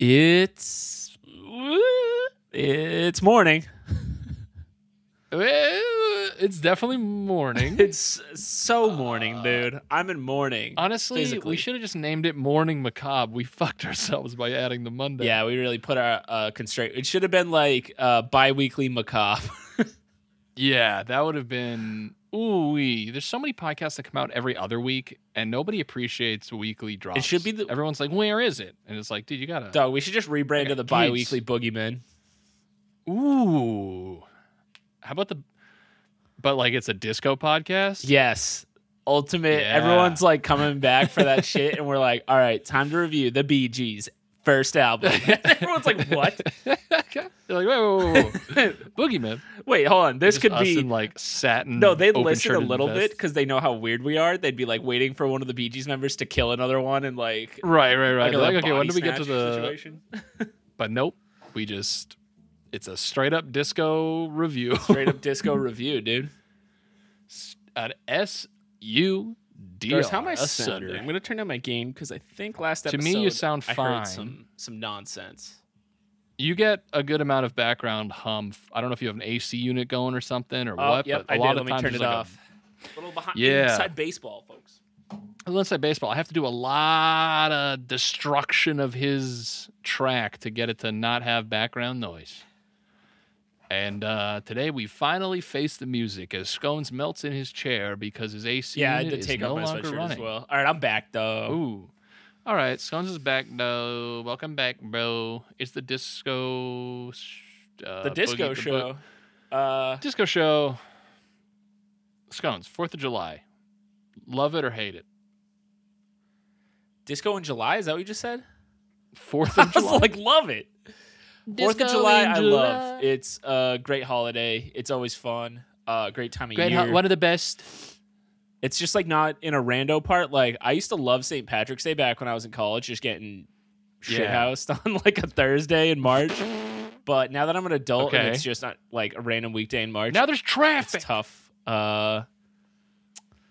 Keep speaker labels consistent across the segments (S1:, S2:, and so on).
S1: It's it's morning.
S2: It's definitely morning.
S1: It's so
S2: Uh,
S1: morning, dude. I'm in morning.
S2: Honestly,
S1: physically.
S2: we should have just named it Morning Macabre. We fucked ourselves by adding the Monday.
S1: Yeah, we really put our uh, constraint. It should have been like uh, bi-weekly macabre.
S2: Yeah, that would have been ooh wee. There's so many podcasts that come out every other week, and nobody appreciates weekly drops.
S1: should be the-
S2: everyone's like, "Where is it?" And it's like, dude, you gotta.
S1: Dog, we should just rebrand to the
S2: Jeez.
S1: bi-weekly boogeyman.
S2: Ooh, how about the? But like, it's a disco podcast.
S1: Yes. Ultimate.
S2: Yeah.
S1: Everyone's like coming back for that shit, and we're like, all right, time to review the Bee Gees first album. Everyone's like, what?
S2: They're like, whoa, whoa, whoa, whoa. boogeyman.
S1: Wait, hold on. This
S2: Just
S1: could
S2: us
S1: be
S2: in, like satin.
S1: No, they
S2: open
S1: listen a
S2: shirted
S1: little bit
S2: vests.
S1: because they know how weird we are. They'd be like waiting for one of the Bee Gees members to kill another one and like.
S2: Right, right, right.
S1: like, a
S2: They're Like, okay,
S1: body
S2: when do we get to
S1: snatch
S2: the?
S1: situation?
S2: But nope, we just. It's a straight up disco review.
S1: Straight up disco review, dude.
S2: an S U D.
S1: Guys, how am I
S2: a
S1: sounding? I'm gonna turn down my game because I think last
S2: To
S1: episode
S2: me, you sound
S1: I heard
S2: fine.
S1: some some nonsense.
S2: You get a good amount of background hum. F- I don't know if you have an AC unit going or something or
S1: Oh,
S2: what.
S1: yep,
S2: but a
S1: I did.
S2: lot
S1: Let
S2: of
S1: me
S2: times
S1: turn it
S2: there's like a-
S1: off. A little behind,
S2: Yeah.
S1: inside baseball, folks.
S2: let's say baseball. I have to do a lot of destruction of his track to get it to not have background noise. And uh, today we finally face the music as Scones melts in his chair because his AC
S1: Yeah, I
S2: unit
S1: did
S2: is
S1: take
S2: no
S1: off my
S2: longer
S1: sweatshirt
S2: running.
S1: as well. All right, I'm back though.
S2: Ooh. All right, Scones is back, though. Welcome back, bro. It's the disco. sh- Uh,
S1: the disco
S2: boogie- the boog-
S1: show. Uh,
S2: disco show. Scones, 4th of July. Love it or hate it.
S1: disco in July. Is that what you just said?
S2: 4th
S1: I
S2: of
S1: was
S2: July.
S1: like, love it. Fourth of July, I love. It's a great holiday. It's always fun. Uh, great time of
S2: Great,
S1: year.
S2: ho- one of the best.
S1: it's just like not in a rando part. Like I used to love St. Patrick's Day back when I was in college, just getting shit
S2: Yeah.
S1: housed on like a Thursday in March. But now that I'm an adult
S2: Okay.
S1: and it's just not like a random weekday in March,
S2: Now there's
S1: it's
S2: traffic.
S1: tough. Uh,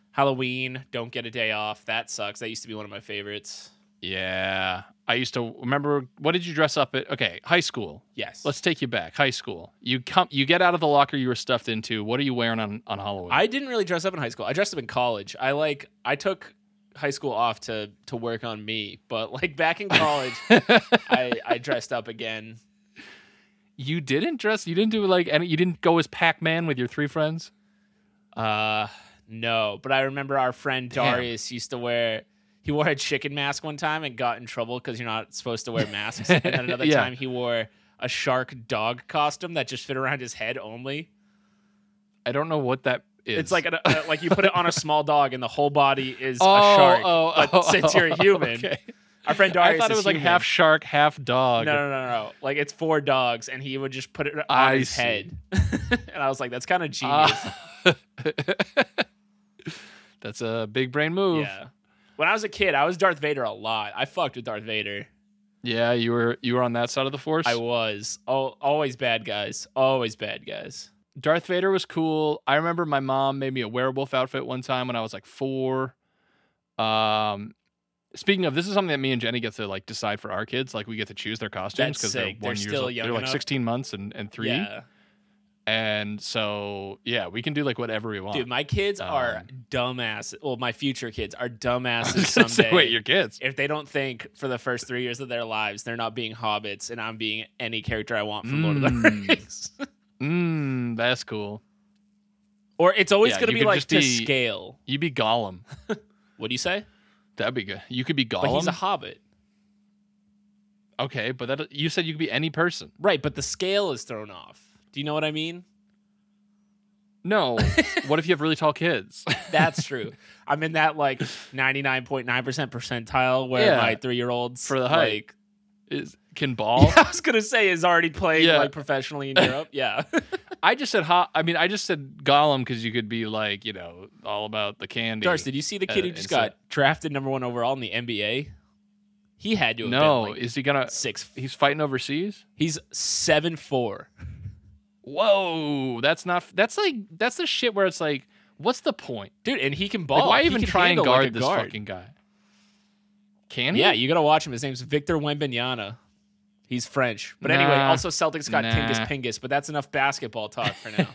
S1: Halloween, don't get a day off. That sucks. That used to be one of my favorites.
S2: Yeah, I used to remember. What did you dress up at? Okay, high school.
S1: Yes.
S2: Let's take you back. High school. You come. You get out of the locker you were stuffed into. What are you wearing on on Halloween?
S1: I didn't really dress up in high school. I dressed up in college. I like I took high school off to to work on me, but like back in college, I I dressed up again.
S2: you didn't dress. You didn't do like any. You didn't go as Pac Man with your three friends.
S1: Uh no, but I remember our friend Darius used to wear he wore a chicken mask one time and got in trouble because you're not supposed to wear masks. and then another
S2: Yeah.
S1: time he wore a shark dog costume that just fit around his head only.
S2: I don't know what that is.
S1: It's like an, uh, like you put it on a small dog and the whole body is
S2: Oh,
S1: a shark.
S2: oh,
S1: but
S2: oh,
S1: since you're a human,
S2: okay.
S1: our friend Darius
S2: I thought it
S1: is
S2: was like
S1: human.
S2: half shark, half dog.
S1: No, no, no, no. Like it's four dogs, and he would just put it on
S2: I
S1: his
S2: see.
S1: head. and I was like, that's kind of genius.
S2: Ah. That's a big brain move.
S1: yeah. When I was a kid, I was Darth Vader a lot. I fucked with Darth Vader.
S2: Yeah, you were you were on that side of the force.
S1: I was oh, always bad guys. Always bad guys.
S2: Darth Vader was cool. I remember my mom made me a werewolf outfit one time when I was like four. Um, speaking of, this is something that me and Jenny get to like decide for our kids. Like we get to choose their costumes
S1: That's
S2: they're one
S1: sick. They're
S2: years
S1: still
S2: old.
S1: young
S2: They're like
S1: enough.
S2: sixteen months and and three.
S1: Yeah,
S2: And so yeah, we can do like whatever we want.
S1: dude, my kids are dumbasses. Well, my future kids are dumbasses
S2: So
S1: someday.
S2: wait, your kids?
S1: if they don't think for the first three years of their lives they're not being hobbits and I'm being any character I want from Lord of the
S2: Mm.
S1: Rings,
S2: Mm, that's cool.
S1: or it's always
S2: Yeah,
S1: going
S2: you
S1: to be
S2: could
S1: like
S2: just
S1: to
S2: be-
S1: scale.
S2: You'd be Gollum.
S1: What do you say?
S2: That'd be good. You could be Gollum.
S1: But he's a hobbit.
S2: okay, but that you said you could be any person.
S1: Right, but the scale is thrown off. Do you know what I mean?
S2: No. what if you have really tall kids?
S1: That's true. I'm in that like 99.9% percentile where
S2: Yeah.
S1: my three year olds
S2: For the height.
S1: Like,
S2: Is, can ball?
S1: I was gonna say is already playing
S2: Yeah.
S1: like professionally in Europe. Yeah,
S2: I just said ho- I mean, I just said Gollum because you could be like, you know, all about the candy.
S1: Darce, did you see the kid
S2: Uh,
S1: who just
S2: it's
S1: got drafted number one overall in the NBA? He had to have
S2: no,
S1: been like
S2: is he gonna?
S1: six.
S2: He's fighting overseas.
S1: He's seven four.
S2: Whoa, that's not. That's like that's the shit where it's like, what's the point?
S1: dude, and he can ball.
S2: Like, why
S1: He
S2: even
S1: can
S2: try and
S1: handle,
S2: guard
S1: like, a
S2: this
S1: guard.
S2: fucking guy? Can he?
S1: Yeah, you gotta watch him. His name's Victor Wembanyama. He's French. But anyway,
S2: Nah.
S1: also Celtics got Tingus
S2: Nah.
S1: Pingus, but that's enough basketball talk for now.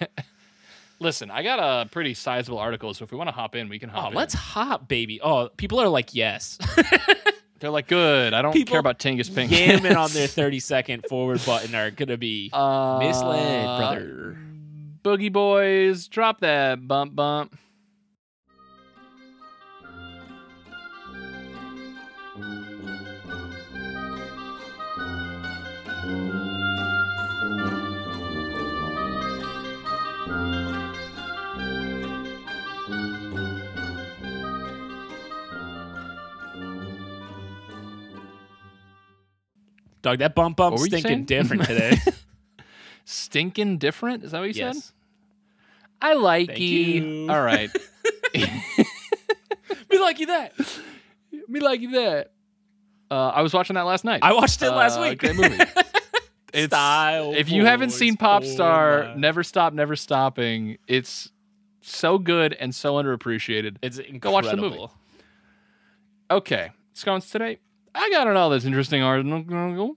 S2: Listen, I got a pretty sizable article, so if we want to hop in, we can hop
S1: oh,
S2: in.
S1: let's hop, baby. Oh, people are like, yes.
S2: They're like, good. I don't
S1: People
S2: care about Tingus Pink.
S1: Yamming on their 30 second forward button are going to be
S2: uh,
S1: misled, brother.
S2: Boogie Boys, drop that bump bump.
S1: Dog, that bump bump's
S2: What were you
S1: stinking
S2: saying?
S1: different today.
S2: Stinking different? Is that what you said?
S1: yes.
S2: I like
S1: Thank
S2: ye.
S1: you.
S2: All right.
S1: Be like you that.
S2: Me like that. Uh, I was watching that last night.
S1: I watched it last
S2: Uh,
S1: week.
S2: Great movie. It's-
S1: Style.
S2: if you haven't
S1: boys,
S2: seen Pop
S1: oh
S2: Star,
S1: my.
S2: Never Stop, Never Stopping, it's so good and so underappreciated.
S1: it's incredible.
S2: watch the movie. Okay, scones today. I got an all that's interesting article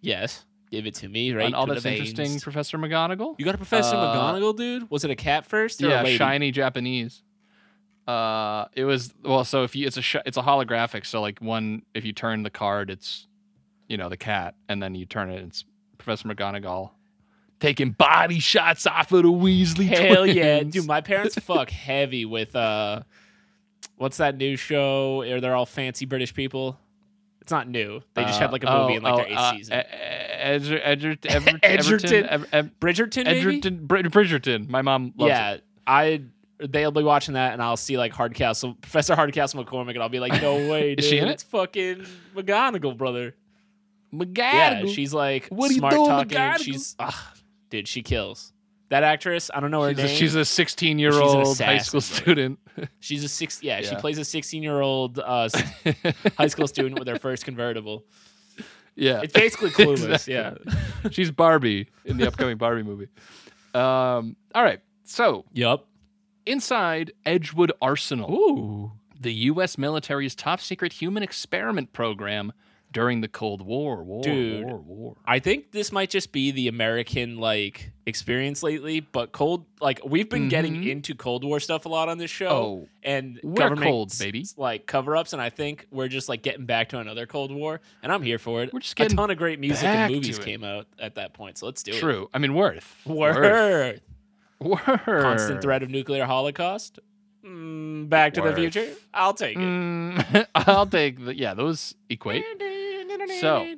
S1: Yes. Give it to me, right?
S2: on all
S1: through
S2: that's
S1: the veins.
S2: interesting Professor McGonagall.
S1: You got a Professor
S2: Uh,
S1: McGonagall, dude? Was it a cat first? Or a
S2: yeah,
S1: lady?
S2: shiny Japanese. Uh, it was well. So if you, it's a sh- it's a holographic. So like one, if you turn the card, it's you know the cat, and then you turn it, it's Professor McGonagall taking body shots off of the Weasley
S1: Hell yeah,
S2: twins.
S1: dude! My parents fuck heavy with uh, what's that new show? Are they're all fancy British people? It's not new. They just had like a
S2: Uh,
S1: movie in like
S2: oh,
S1: their eighth
S2: uh,
S1: season.
S2: E- Edger- Edgerton, Ever- Everton,
S1: Edgerton.
S2: Ev- Ev-
S1: Bridgerton, maybe?
S2: Edgerton, Brid- Bridgerton. My mom loves it.
S1: yeah, I they'll be watching that, and I'll see like Hardcastle, Professor Hardcastle McCormick, and I'll be like, no way, dude!
S2: Is she in it?
S1: it's fucking McGonagall, brother.
S2: McGonagall.
S1: Yeah, she's like
S2: What are you
S1: smart
S2: doing,
S1: talking. And
S2: McGonagall?
S1: she's ah, dude, she kills. That actress, I don't know her
S2: she's, a,
S1: name.
S2: she's a 16 year old high
S1: assassin,
S2: school
S1: bro.
S2: student.
S1: She's a six. Yeah, she
S2: Yeah.
S1: plays a sixteen-year-old uh, s- high school student with her first convertible.
S2: yeah,
S1: It's basically clueless.
S2: Exactly.
S1: Yeah.
S2: she's Barbie in the upcoming Barbie movie. Um, all right, so
S1: Yup.
S2: inside Edgewood Arsenal,
S1: Ooh.
S2: the U.S. military's top secret human experiment program during the Cold War. War,
S1: Dude.
S2: war, war.
S1: I think this might just be the American like experience lately, but cold like we've been getting
S2: Mhm.
S1: into Cold War stuff a lot on this show.
S2: Oh,
S1: and
S2: we're
S1: government
S2: cold, baby.
S1: s- like cover ups, and I think we're just like getting back to another Cold War, and I'm here for it.
S2: We're just
S1: a
S2: getting
S1: ton of great music
S2: back
S1: and
S2: to
S1: movies
S2: it.
S1: came out at that point, so let's do it.
S2: true. I mean, worth,
S1: Word.
S2: worth,
S1: Constant threat of nuclear holocaust. Mm, back to
S2: Worth.
S1: the future. I'll take it.
S2: Mm, I'll take the, yeah, those equate. So-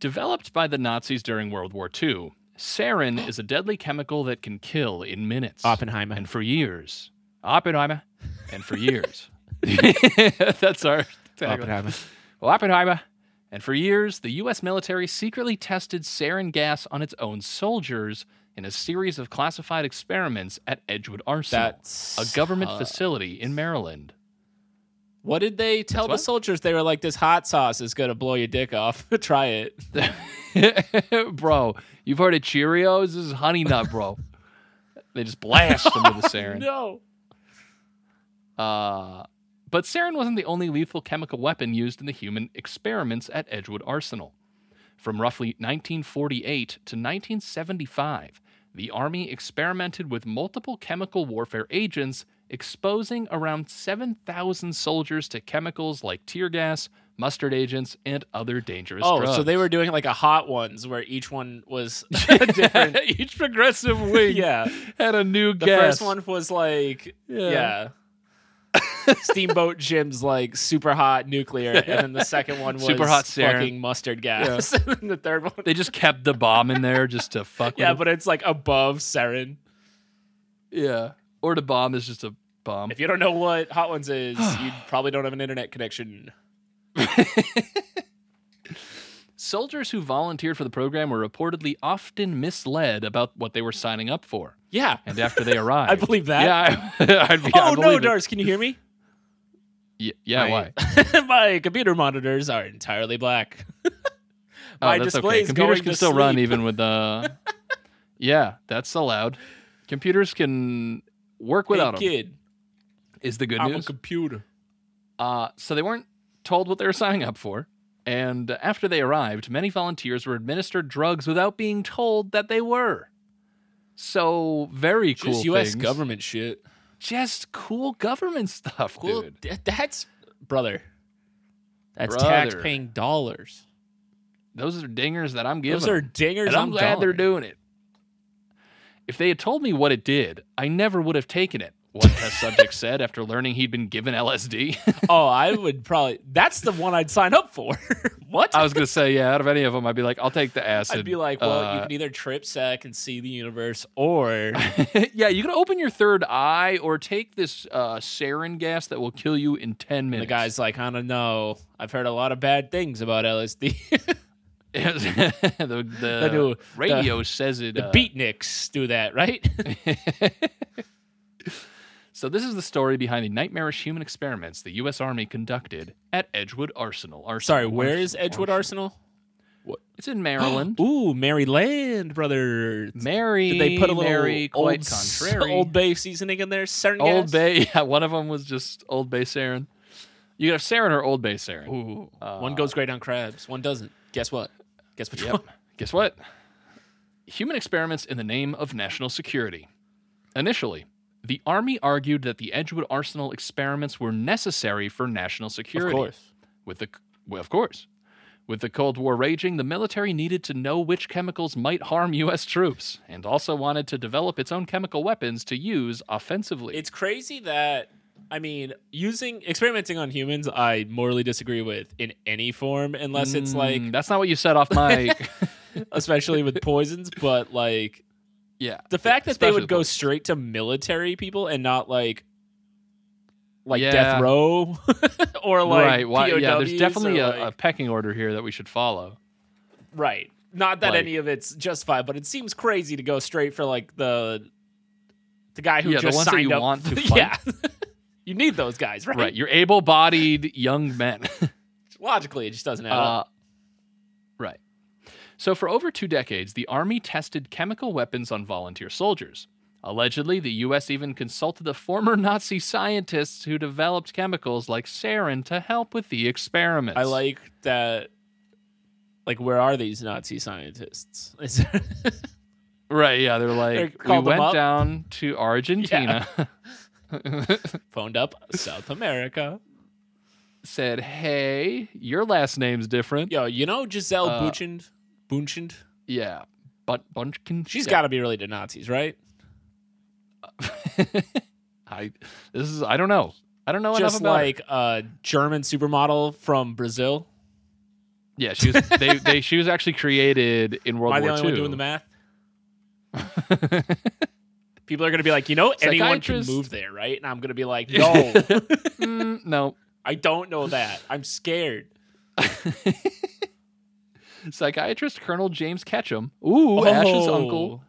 S2: Developed by the Nazis during World War II, sarin is a deadly chemical that can kill in minutes.
S1: Oppenheimer.
S2: and for years. Oppenheimer. And for years. That's our tagline.
S1: Oppenheimer.
S2: Oppenheimer. And for years, the U.S. military secretly tested sarin gas on its own soldiers in a series of classified experiments at Edgewood Arsenal,
S1: That's
S2: a government facility in Maryland.
S1: What did they tell the
S2: what?
S1: soldiers? They were like, "This hot sauce is gonna blow your dick off. Try it."
S2: bro, you've heard of Cheerios? This is honey nut, bro. they just blast them with the sarin.
S1: No.
S2: Uh, but sarin wasn't the only lethal chemical weapon used in the human experiments at Edgewood Arsenal. From roughly 1948 to 1975, the Army experimented with multiple chemical warfare agents, exposing around 7,000 soldiers to chemicals like tear gas, mustard agents, and other dangerous
S1: Oh,
S2: drugs.
S1: so they were doing like a hot ones where each one was different.
S2: Each progressive wing
S1: yeah.
S2: had a new
S1: The
S2: gas.
S1: first one was like,
S2: Yeah.
S1: yeah. Steamboat Jim's like super hot nuclear, and then the second one was
S2: Super hot sarin.
S1: fucking mustard gas. and then the third one,
S2: They just kept the bomb in there just to fuck with
S1: yeah,
S2: it.
S1: but it's like above sarin.
S2: Yeah. Or the bomb is just a bomb.
S1: If you don't know what hot ones is, you probably don't have an internet connection.
S2: Soldiers who volunteered for the program were reportedly often misled about what they were signing up for.
S1: Yeah,
S2: And after they arrived,
S1: believe that.
S2: Yeah, I, I'd be, I
S1: oh no,
S2: believe it.
S1: Dars, can you hear me?
S2: Y- yeah,
S1: My-
S2: why?
S1: My computer monitors are entirely black.
S2: Oh,
S1: My
S2: that's
S1: display
S2: okay.
S1: is
S2: Computers
S1: going
S2: can
S1: to
S2: still run
S1: sleep.
S2: even with the. yeah, that's allowed. Computers can work without
S1: hey,
S2: them.
S1: kid,
S2: Is the good
S1: I'm
S2: news.
S1: a computer.
S2: Uh, so they weren't told what they were signing up for, And after they arrived, many volunteers were administered drugs without being told that they were. So very cool.
S1: Just U.S.
S2: things.
S1: government shit.
S2: Just cool government stuff,
S1: Cool.
S2: dude.
S1: th- That's brother. That's
S2: Brother.
S1: tax-paying dollars.
S2: Those are dingers that I'm giving.
S1: Those
S2: 'em.
S1: are dingers.
S2: and I'm glad they're
S1: dollars.
S2: doing it. If they had told me what it did, I never would have taken it. One test subject said after learning he'd been given LSD.
S1: Oh, I would probably. That's the one I'd sign up for. what?
S2: I was gonna say, yeah, out of any of them, I'd be like, I'll take the acid.
S1: I'd be like, well, you
S2: Uh,
S1: can either trip sec and see the universe, or
S2: yeah, you can open your third eye or take this uh, sarin gas that will kill you in ten
S1: the
S2: minutes.
S1: guy's like, I don't know. I've heard a lot of bad things about LSD.
S2: the, the,
S1: do- the-
S2: radio says it.
S1: uh, the
S2: uh,
S1: beatniks do that, right?
S2: So this is the story behind the nightmarish human experiments the U.S. Army conducted at Edgewood Arsenal. Arsenal
S1: Sorry, where is Edgewood
S2: Arsenal?
S1: Arsenal?
S2: It's in Maryland.
S1: Ooh, Maryland, brother.
S2: Mary,
S1: Did they put a little
S2: Mary,
S1: old,
S2: quite
S1: s-
S2: contrary.
S1: Old Bay seasoning in there? Certain
S2: Old Bay. Yeah, one of them was just Old Bay Sarin. You could have Sarin or Old Bay Sarin.
S1: Ooh. one goes great on crabs. One doesn't. Guess what? Guess which
S2: Uh,
S1: one?
S2: Yep. Guess what? Human experiments in the name of national security. Initially, the Army argued that the Edgewood Arsenal experiments were necessary for national security.
S1: Of course.
S2: With the, well, of course. With the Cold War raging, the military needed to know which chemicals might harm U.S. troops and also wanted to develop its own chemical weapons to use offensively.
S1: It's crazy that I mean, using experimenting on humans, I morally disagree with in any form, unless it's like,
S2: Mm, that's not what you said off my.
S1: especially with poisons. But like
S2: yeah.
S1: the fact that they
S2: especially
S1: would go
S2: poisons.
S1: straight to military people and not like, like
S2: Yeah.
S1: death row or like
S2: right. Why, yeah, there's
S1: POWs
S2: definitely
S1: or,
S2: a, a
S1: like-
S2: pecking order here that we should follow.
S1: right. Not that
S2: like-
S1: any of it's justified, but it seems crazy to go straight for like the the guy who
S2: Yeah, the
S1: just
S2: ones that
S1: signed
S2: you
S1: up.
S2: want to
S1: yeah, you need those guys, right?
S2: Right. You're able bodied young men.
S1: Logically, it just doesn't add up.
S2: Uh, right. So, for over two decades, the Army tested chemical weapons on volunteer soldiers. Allegedly, the U.S. even consulted the former Nazi scientists who developed chemicals like sarin to help with the experiments.
S1: I like that. Like, where are these Nazi scientists? Is there-
S2: Right. Yeah. They're
S1: They
S2: like, we
S1: called them
S2: went
S1: up.
S2: down to Argentina,
S1: phoned up South America.
S2: said, hey, your last name's different.
S1: Yo, you know Giselle
S2: Uh,
S1: Bunchend? Bunchend?
S2: Yeah. But Bunchkin.
S1: She's
S2: said,
S1: got to be related to Nazis, right?
S2: I, this is, I don't know. I don't know enough
S1: Just
S2: about her.
S1: like a German supermodel from Brazil.
S2: Yeah, she was. They, they she was actually created in World
S1: Am I the
S2: War
S1: only
S2: II.
S1: one doing the math? People are going to be like, you know, anyone can
S2: Psychiatrist.
S1: move there, right? And I'm going to be like, no,
S2: Mm, no,
S1: I don't know that. I'm scared.
S2: psychiatrist Colonel James Ketchum, ooh, Ash's
S1: Oh,
S2: uncle,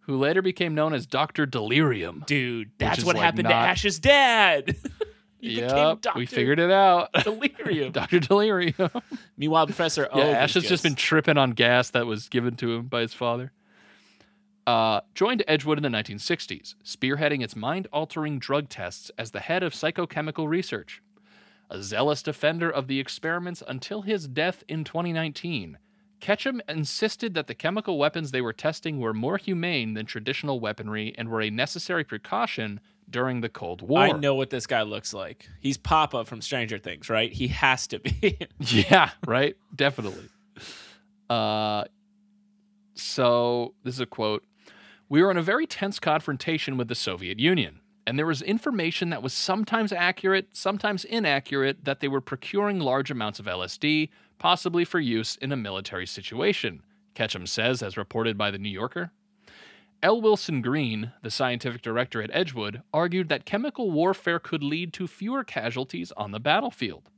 S2: who later became known as Doctor Delirium.
S1: Dude, that's
S2: is,
S1: what
S2: like,
S1: happened
S2: not-
S1: to Ash's dad. he became
S2: Yep,
S1: Dr.
S2: we figured it out.
S1: Delirium.
S2: Doctor Delirium. yeah,
S1: Meanwhile, Professor O. was
S2: Ash has just been tripping on gas that was given to him by his father. Uh, joined Edgewood in the 1960s, spearheading its mind-altering drug tests as the head of psychochemical research. a zealous defender of the experiments until his death in 2019. Ketchum insisted that the chemical weapons they were testing were more humane than traditional weaponry and were a necessary precaution during the Cold War.
S1: I know what this guy looks like. He's Papa from Stranger Things, right? He has to be.
S2: Yeah, right? Definitely. Uh, so, this is a quote We were in a very tense confrontation with the Soviet Union, and there was information that was sometimes accurate, sometimes inaccurate, that they were procuring large amounts of LSD, possibly for use in a military situation, Ketchum says, as reported by The New Yorker. L. Wilson Green, the scientific director at Edgewood, argued that chemical warfare could lead to fewer casualties on the battlefield.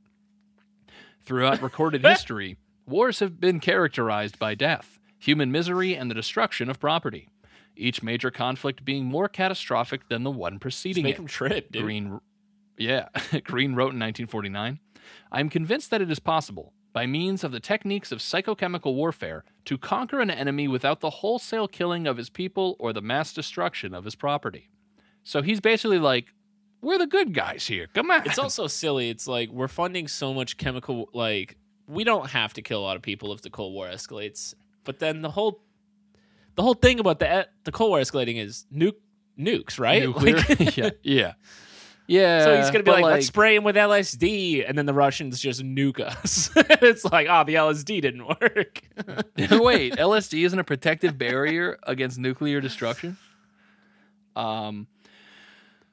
S2: Throughout recorded history, wars have been characterized by death, human misery, and the destruction of property, each major conflict being more catastrophic than the one
S1: Just
S2: preceding
S1: make
S2: it.
S1: him trip, dude.
S2: Green, yeah, Green wrote in 1949. I am convinced that it is possible, by means of the techniques of psychochemical warfare, to conquer an enemy without the wholesale killing of his people or the mass destruction of his property. So he's basically like, we're the good guys here. Come on.
S1: It's also silly. It's like we're funding so much chemical, like we don't have to kill a lot of people if the Cold War escalates. But then the whole the whole thing about the e, the Cold War escalating is nuke nukes, right?
S2: Nuclear.
S1: Like-
S2: yeah, yeah, yeah.
S1: so he's gonna be
S2: but
S1: like, let's spray him with LSD, and then the Russians just nuke us. it's like, ah, the LSD didn't work.
S2: Wait, LSD isn't a protective barrier against nuclear destruction? Um,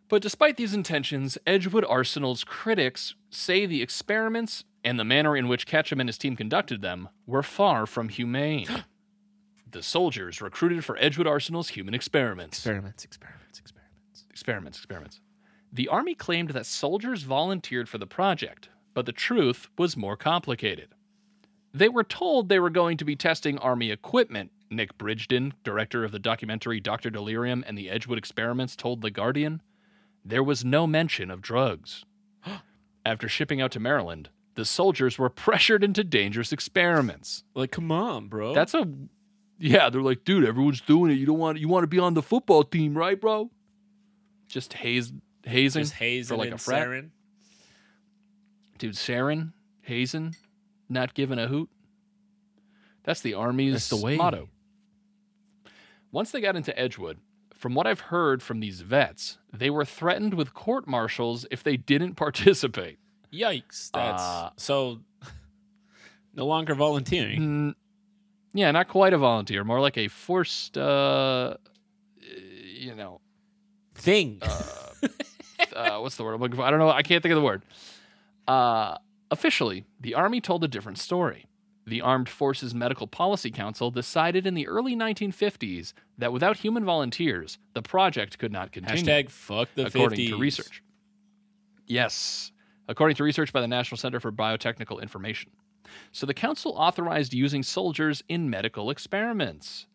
S2: but despite these intentions, Edgewood Arsenal's critics say the experiments and the manner in which Ketchum and his team conducted them were far from humane. the soldiers recruited for Edgewood Arsenal's human experiments.
S1: experiments, experiments, experiments.
S2: Experiments, experiments. The army claimed that soldiers volunteered for the project, but the truth was more complicated. They were told they were going to be testing army equipment, Nick Bridgden, director of the documentary Dr. Delirium and the Edgewood Experiments, told The Guardian. There was no mention of drugs. After shipping out to Maryland, the soldiers were pressured into dangerous experiments.
S1: Like, come on, bro.
S2: That's a yeah. They're like, dude, everyone's doing it. You don't want you want to be on the football team, right, bro? Just haze hazing,
S1: just hazing
S2: like
S1: and
S2: a frat.
S1: sarin.
S2: dude. Sarin hazing, not giving a hoot. That's the army's
S1: That's the way.
S2: motto. Once they got into Edgewood, from what I've heard from these vets, they were threatened with court martials if they didn't participate.
S1: Yikes! That's
S2: Uh,
S1: so. No longer volunteering.
S2: Mm, yeah, not quite a volunteer, more like a forced, uh, you know,
S1: Thing.
S2: uh, what's the word I'm looking for? I don't know. I can't think of the word. Uh, officially, the Army told a different story. The Armed Forces Medical Policy Council decided in the early 1950s that without human volunteers, the project could not continue
S1: Hashtag fuck the
S2: according
S1: 50s.
S2: to research. Yes, according to research by the National Center for Biotechnical Information. So the council authorized using soldiers in medical experiments.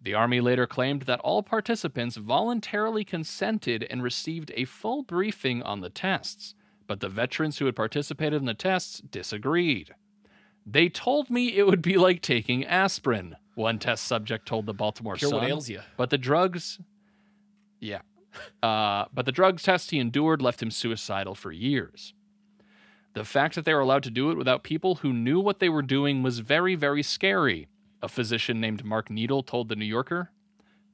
S2: The Army later claimed that all participants voluntarily consented and received a full briefing on the tests, but the veterans who had participated in the tests disagreed. They told me it would be like taking aspirin, one test subject told the Baltimore
S1: Cure what
S2: Sun.
S1: ails you.
S2: But the drugs, yeah. Uh, but the drugs test he endured left him suicidal for years. The fact that they were allowed to do it without people who knew what they were doing was very, very scary. A physician named Mark Needle told The New Yorker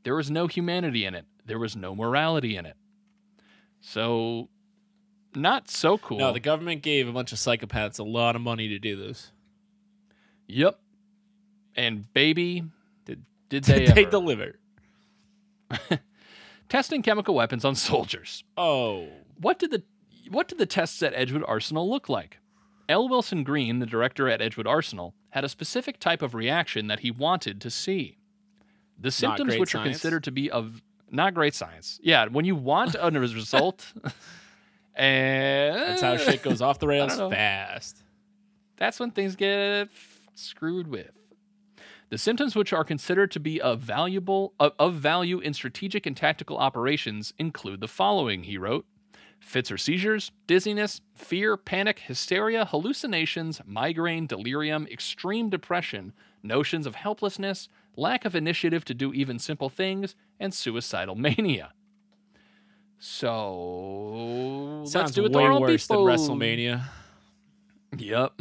S2: there was no humanity in it, there was no morality in it. So, not so cool.
S1: No, the government gave a bunch of psychopaths a lot of money to do this.
S2: yep. And baby,
S1: Did-
S2: did
S1: They,
S2: they, ever.
S1: deliver.
S2: testing chemical weapons on soldiers.
S1: Oh,
S2: what did the what did the tests at Edgewood Arsenal look like? L. Wilson Green, the director at Edgewood Arsenal, had a specific type of reaction that he wanted to see. The symptoms
S1: great
S2: which are
S1: science.
S2: considered to be of not great science. Yeah, when you want a result, and
S1: that's how shit goes off the rails
S2: know.
S1: fast.
S2: that's when things get screwed with. The symptoms which are considered to be of valuable of, of value in strategic and tactical operations include the following, he wrote. Fits or seizures, dizziness, fear, panic, hysteria, hallucinations, migraine, delirium, extreme depression, notions of helplessness, lack of initiative to do even simple things, and suicidal mania. So let's
S1: Sounds
S2: do it the
S1: way
S2: Arnold
S1: worse
S2: Depot.
S1: than WrestleMania.
S2: Yep.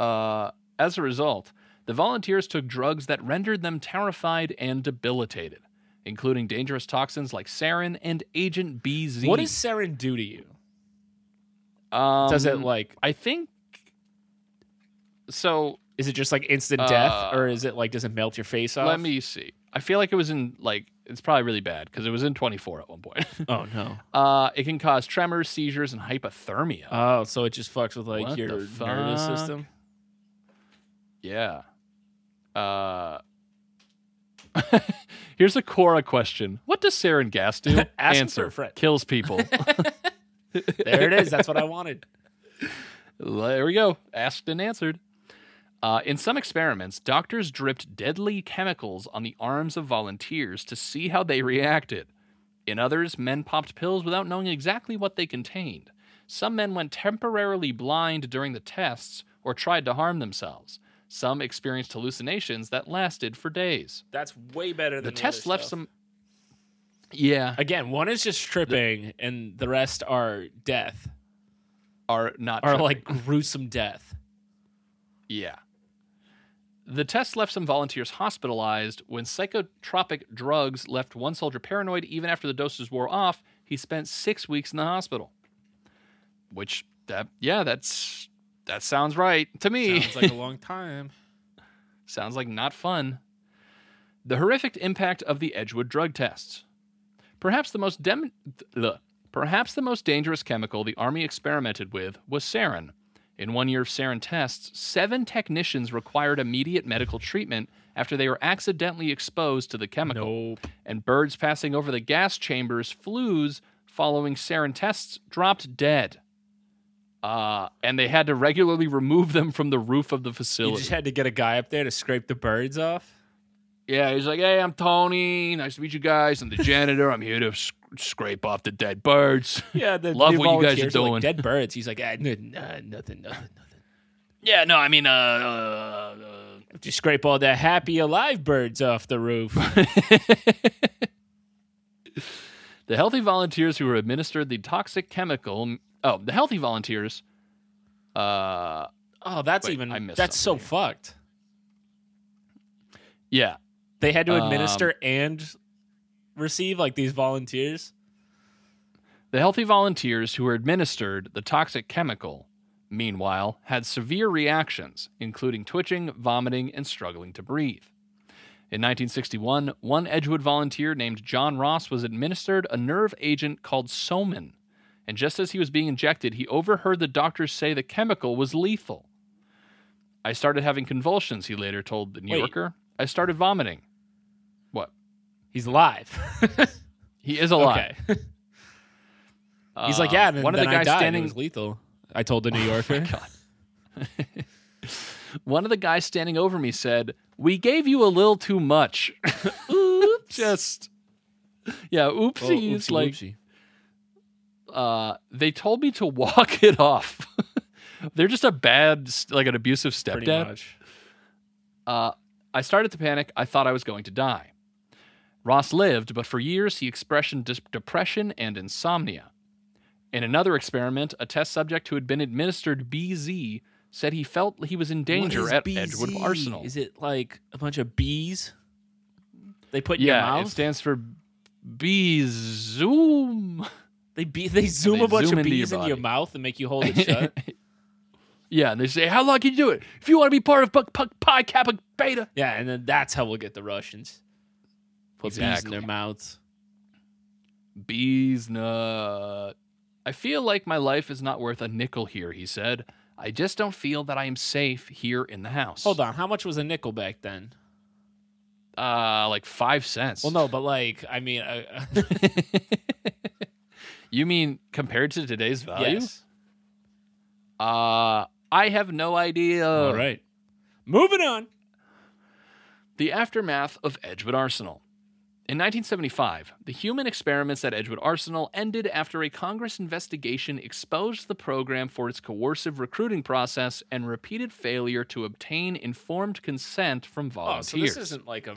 S2: uh, as a result, the volunteers took drugs that rendered them terrified and debilitated, including dangerous toxins like sarin and Agent BZ.
S1: What does sarin do to you?
S2: Um,
S1: Does it like?
S2: I think. So
S1: Is it just like instant death,
S2: Uh,
S1: or is it like does it melt your face off?
S2: let me see. I feel like it was in like it's probably really bad because it was in 24 at one point.
S1: Oh no.
S2: uh, it can cause tremors, seizures, and hypothermia.
S1: Oh, so it just fucks with like
S2: What the
S1: your nervous
S2: fuck?
S1: system.
S2: Yeah. Uh, here's a Cora question: What does sarin gas do?
S1: Ask him for a friend.
S2: kills people.
S1: There it is. That's what I wanted.
S2: there we go. Asked and answered. Uh, in some experiments, doctors dripped deadly chemicals on the arms of volunteers to see how they reacted. In others, men popped pills without knowing exactly what they contained. Some men went temporarily blind during the tests or tried to harm themselves. Some experienced hallucinations that lasted for days.
S1: That's way better
S2: the
S1: than
S2: test
S1: other
S2: left
S1: stuff.
S2: some yeah
S1: Again, one is just tripping, and the rest are death,
S2: are not
S1: are
S2: tripping.
S1: like gruesome death.
S2: Yeah. The test left some volunteers hospitalized. When psychotropic drugs left one soldier paranoid, even after the doses wore off, he spent six weeks in the hospital. Which that yeah, that's that sounds right to me.
S3: Sounds like a long time.
S2: Sounds like not fun. The horrific impact of the Edgewood drug tests. Perhaps the most dem- th- the- perhaps the most dangerous chemical the army experimented with was sarin. In one year of sarin tests, seven technicians required immediate medical treatment after they were accidentally exposed to the chemical.
S3: Nope.
S2: And birds passing over the gas chambers, flues following sarin tests dropped dead. Uh, and they had to regularly remove them from the roof of the
S1: You
S2: facility.
S1: just had to get a guy up there to scrape the birds off.
S2: Yeah, he's like, hey, I'm Tony. Nice to meet you guys. I'm the janitor. I'm here to sc- scrape off the dead birds.
S1: Yeah, the
S2: Love
S1: the
S2: what you guys are
S1: volunteers like,
S2: doing.
S1: dead birds. He's like, ah, n- nah, nothing, nothing, nothing.
S2: yeah, no, I mean, uh, uh,
S1: Just scrape all the happy alive birds off the roof.
S2: uh. the healthy volunteers who were administered the toxic chemical. Oh, the healthy volunteers. Uh,
S1: Oh, that's
S2: Wait,
S1: even
S2: I missed
S1: that's so fucked.
S2: yeah,
S1: They had to
S2: Um,
S1: administer and receive like these volunteers.
S2: The healthy volunteers who were administered the toxic chemical, meanwhile, had severe reactions, including twitching, vomiting, and struggling to breathe. In 1961, one Edgewood volunteer named John Ross was administered a nerve agent called Soman, and just as he was being injected, he overheard the doctors say the chemical was lethal. I started having convulsions, he later told The New
S1: Wait.
S2: Yorker. I started vomiting. What?
S1: He's alive.
S2: He is alive.
S1: okay. He's like,
S2: Uh,
S1: yeah. Then,
S2: one of the
S1: then I
S2: guys
S1: died. It
S2: standing
S1: was lethal. I told the New
S2: Oh
S1: Yorker.
S2: One of the guys standing over me said, "We gave you a little too much." oops. Just yeah,
S1: Oh,
S2: oopsies.
S1: oopsie,
S2: like
S1: oopsie.
S2: uh, they told me to walk it off. They're just a bad, like an abusive
S1: pretty
S2: stepdad.
S1: much.
S2: Uh, I started to panic. I thought I was going to die. Ross lived, but for years he expressed dis- depression and insomnia. In another experiment, a test subject who had been administered BZ said he felt he was in danger
S1: What is
S2: at
S1: BZ?
S2: Edgewood Arsenal.
S1: Is it like a bunch of bees? They put in
S2: yeah,
S1: your
S2: it
S1: mouth.
S2: stands for B Zoom.
S1: They be- they zoom
S2: they
S1: a bunch
S2: zoom
S1: of
S2: into your
S1: bees into your
S2: body.
S1: mouth and make you hold it shut.
S2: Yeah, and they say, "How long can you do it? If you want to be part of Buck Puck Pi Kappa Beta."
S1: Yeah, and then that's how we'll get the Russians. Put bees in
S2: Exactly.
S1: their mouths.
S2: Bees nut. I feel like my life is not worth a nickel here. He said, "I just don't feel that I am safe here in the house."
S1: Hold on, how much was a nickel back then?
S2: uh, like five cents.
S1: Well, no, but like, I mean, uh,
S2: you mean compared to today's value?
S1: yes.
S2: Uh, I have no idea.
S1: All right, moving on.
S2: The aftermath of Edgewood Arsenal. In 1975, the human experiments at Edgewood Arsenal ended after a Congress investigation exposed the program for its coercive recruiting process and repeated failure to obtain informed consent from
S1: Oh,
S2: volunteers.
S1: so this isn't like a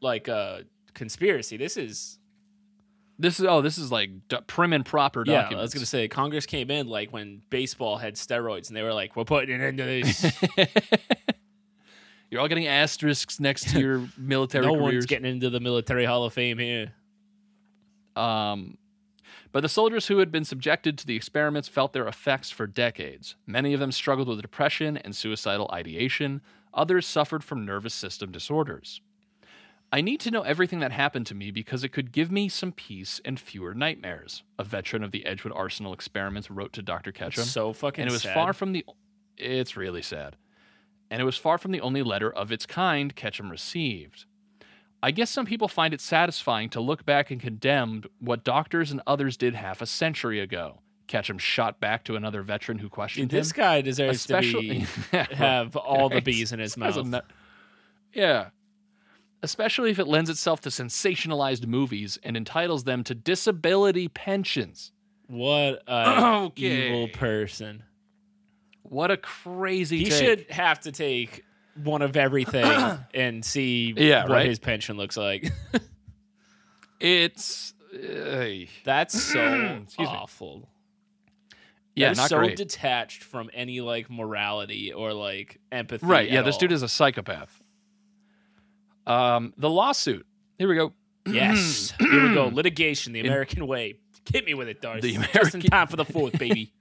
S1: like a conspiracy. This is
S2: This is- oh, this is like d- prim and proper
S1: yeah.
S2: documents.
S1: I was gonna say Congress came in like when baseball had steroids, and they were like, "We're putting an end to this.
S2: You're all getting asterisks next to your military
S1: no
S2: careers.
S1: one's getting into the military Hall of Fame here."
S2: Um, but the soldiers who had been subjected to the experiments felt their effects for decades. Many of them struggled with depression and suicidal ideation, others suffered from nervous system disorders. I need to know everything that happened to me because it could give me some peace and fewer nightmares, a veteran of the Edgewood Arsenal experiments wrote to Dr. Ketchum.
S1: So fucking.
S2: and it was
S1: sad.
S2: far from the it's really sad. And it was far from the only letter of its kind Ketchum received. I guess some people find it satisfying to look back and condemn what doctors and others did half a century ago. Ketchum shot back to another veteran who questioned
S1: Dude, this
S2: him.
S1: guy deserves to
S2: Especially,
S1: be have all the bees in his
S2: As a
S1: mouth.
S2: nut- yeah. Especially if it lends itself to sensationalized movies and entitles them to disability pensions.
S1: What a
S2: Okay.
S1: evil person.
S2: What a crazy
S1: He
S2: take.
S1: should have to take one of everything and see
S2: Yeah,
S1: what
S2: right?
S1: his pension looks like.
S2: It's. eh.
S1: That's so
S2: Excuse me.
S1: awful.
S2: yeah,
S1: They're
S2: not
S1: so
S2: great.
S1: detached from any like morality or like empathy.
S2: Right. Yeah,
S1: at
S2: this
S1: all.
S2: dude is a psychopath. Um, the lawsuit. Here we go.
S1: Yes. Here we go. Litigation, the American way. Hit me with it, Darcy.
S2: The
S1: Just in
S2: American-
S1: time for the fourth, baby.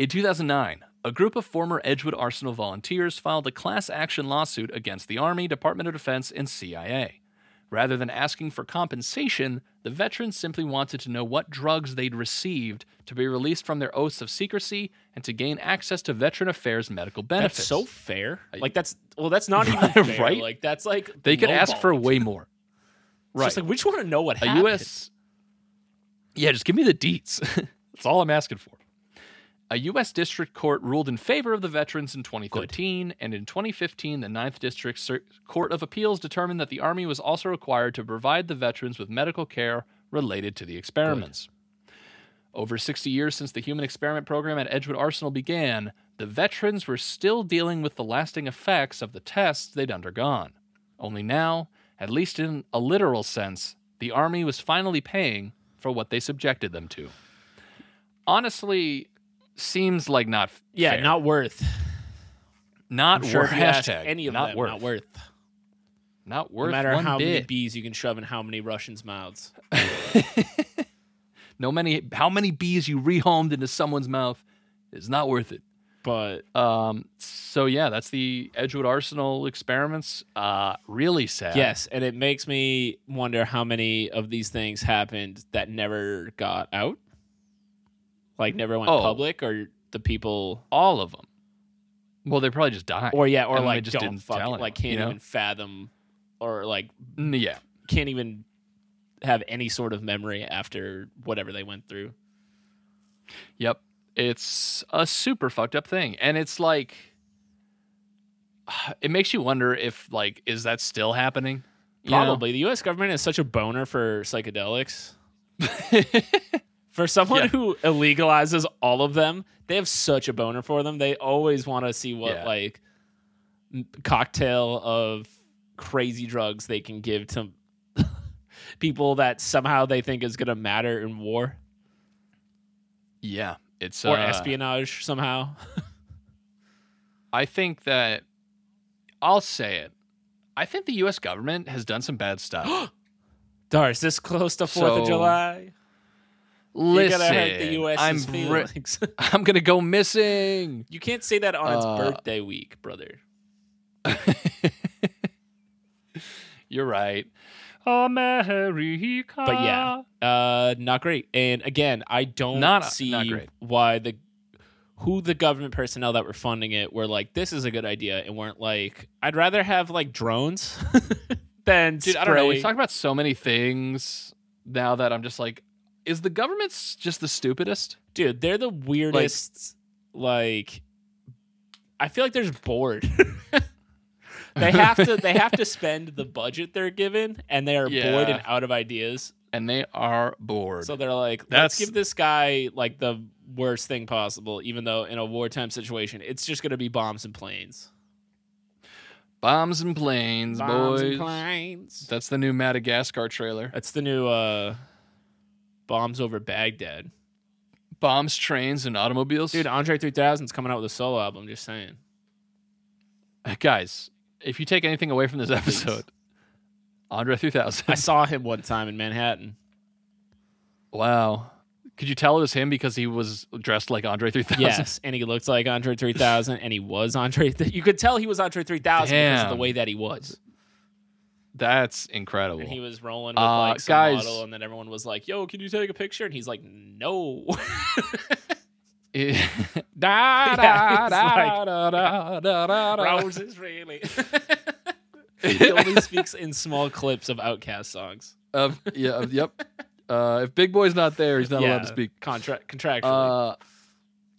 S2: In 2009, a group of former Edgewood Arsenal volunteers filed a class action lawsuit against the Army, Department of Defense, and CIA. Rather than asking for compensation, the veterans simply wanted to know what drugs they'd received to be released from their oaths of secrecy and to gain access to veteran affairs medical benefits.
S1: That's so fair. Like that's well, that's not even fair.
S2: Right?
S1: Like that's like
S2: they could ask
S1: lowball.
S2: for way more.
S1: It's Just like we just want to know what
S2: a
S1: happened.
S2: U.S. Yeah, just give me the deets. That's all I'm asking for. A U.S. district court ruled in favor of the veterans in 2013, and in 2015, the Ninth District Cir- Court of Appeals determined that the Army was also required to provide the veterans with medical care related to the experiments. Over 60 years since the human experiment program at Edgewood Arsenal began, the veterans were still dealing with the lasting effects of the tests they'd undergone. Only now, at least in a literal sense, the Army was finally paying for what they subjected them to. Honestly, seems like not f-
S1: Yeah,
S2: fair.
S1: not worth.
S2: not
S1: I'm sure
S2: worth
S1: if you ask
S2: hashtag
S1: any of
S2: not
S1: them,
S2: worth
S1: not worth.
S2: not
S1: No
S2: worth
S1: matter
S2: one
S1: how many
S2: bit.
S1: bees you can shove in how many Russians' mouths.
S2: no many how many bees you rehomed into someone's mouth is not worth it.
S1: But
S2: Um, so yeah, that's the Edgewood Arsenal experiments. Uh, really sad.
S1: yes, and it makes me wonder how many of these things happened that never got out. Like never went
S2: Oh.
S1: public or the people
S2: all of them. Well, they probably just died.
S1: or yeah,
S2: And
S1: or
S2: then they
S1: like
S2: just
S1: don't
S2: didn't
S1: fuck,
S2: tell anyone,
S1: like can't
S2: you know?
S1: even fathom, or like
S2: Mm, yeah,
S1: can't even have any sort of memory after whatever they went through.
S2: yep. It's a super fucked up thing, and it's like, it makes you wonder if like is that still happening? You know?
S1: Probably the U.S. government is such a boner for psychedelics. for someone
S2: Yeah.
S1: who illegalizes all of them, they have such a boner for them. They always want to see what
S2: Yeah.
S1: like m- cocktail of crazy drugs they can give to people that somehow they think is going to matter in war.
S2: Yeah, it's
S1: or
S2: uh,
S1: espionage somehow.
S2: I think that I'll say it. I think the U.S. government has done some bad stuff.
S1: Darce, this close to Fourth of
S2: So,
S1: July. You
S2: Listen,
S1: gotta hurt the U.S.
S2: I'm re-
S1: feelings.
S2: I'm gonna go missing.
S1: you can't say that on its
S2: Uh,
S1: birthday week, brother.
S2: You're right. America.
S1: But yeah, uh, not great. And again, I don't
S2: Not- not
S1: see
S2: great.
S1: why the who the government personnel that were funding it were like, "This is a good idea," and weren't like, "I'd rather have like drones than
S2: dude, I don't know. We
S1: spray."
S2: talked about so many things now that I'm just like, is the government s- just the stupidest?
S1: Dude, they're the weirdest. like I feel like they're just bored. they have to they have to spend the budget they're given and they are bored
S2: Yeah.
S1: and out of ideas
S2: And they are bored.
S1: so they're like let's
S2: That's-
S1: give this guy like the worst thing possible even though in a wartime situation it's just going to be bombs and planes
S2: Bombs and planes,
S1: bombs
S2: boys.
S1: and planes
S2: That's the new Madagascar trailer.
S1: that's the new uh bombs over baghdad
S2: Bombs, trains, and automobiles.
S1: dude andre 3000's coming out with a solo album just saying
S2: Uh, guys, if you take anything away from this episode, Andre 3000.
S1: i saw him one time in manhattan
S2: wow. Could you tell it was him because he was dressed like Andre 3000?
S1: Yes, and he looked like Andre 3000, and he was Andre. Th- you could tell he was Andre 3000 because of the
S2: Damn.
S1: way that he was.
S2: That's incredible.
S1: And he was rolling with
S2: Uh,
S1: like some
S2: guys.
S1: model, and then everyone was like, "Yo, can you take a picture?" And he's like, "No."
S2: da,
S1: Yeah,
S2: da, da,
S1: it's
S2: da,
S1: like-
S2: da, da, da, da.
S1: Roses really. he only speaks in small clips of Outcast songs.
S2: Of yeah, of, yep. Uh, if Big Boy's not there, he's not allowed
S1: Yeah,
S2: to speak.
S1: Contra- contractually.
S2: Uh,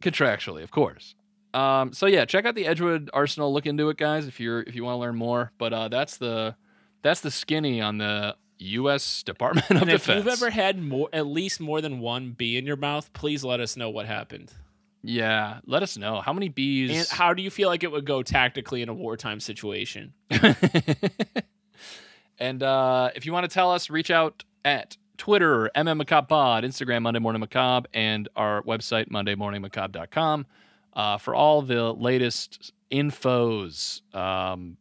S2: contractually, of course. Um, so yeah, check out the Edgewood Arsenal. Look into it, guys, if you're if you want to learn more. But uh, that's the that's the skinny on the U.S. Department of
S1: and if
S2: Defense.
S1: you've ever had more, at least more than one bee in your mouth, please let us know what happened.
S2: yeah, let us know how many bees.
S1: And how do you feel like it would go tactically in a wartime situation?
S2: and uh, if you want to tell us, reach out at Twitter, MM Macabre Pod, Instagram, Monday Morning Macabre, and our website, MondayMorningMacabre.com, uh, for all the latest infos. Um,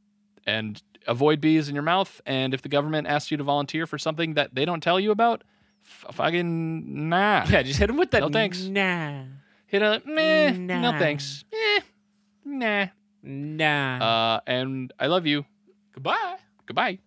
S2: and avoid bees in your mouth. And if the government asks you to volunteer for something that they don't tell you about, f- fucking nah.
S1: Yeah, just hit him with that.
S2: No thanks.
S1: Nah.
S2: Hit a meh, no
S1: Nah.
S2: thanks. Eh, nah.
S1: Nah.
S2: Uh, and I love you.
S1: Goodbye.
S2: Goodbye.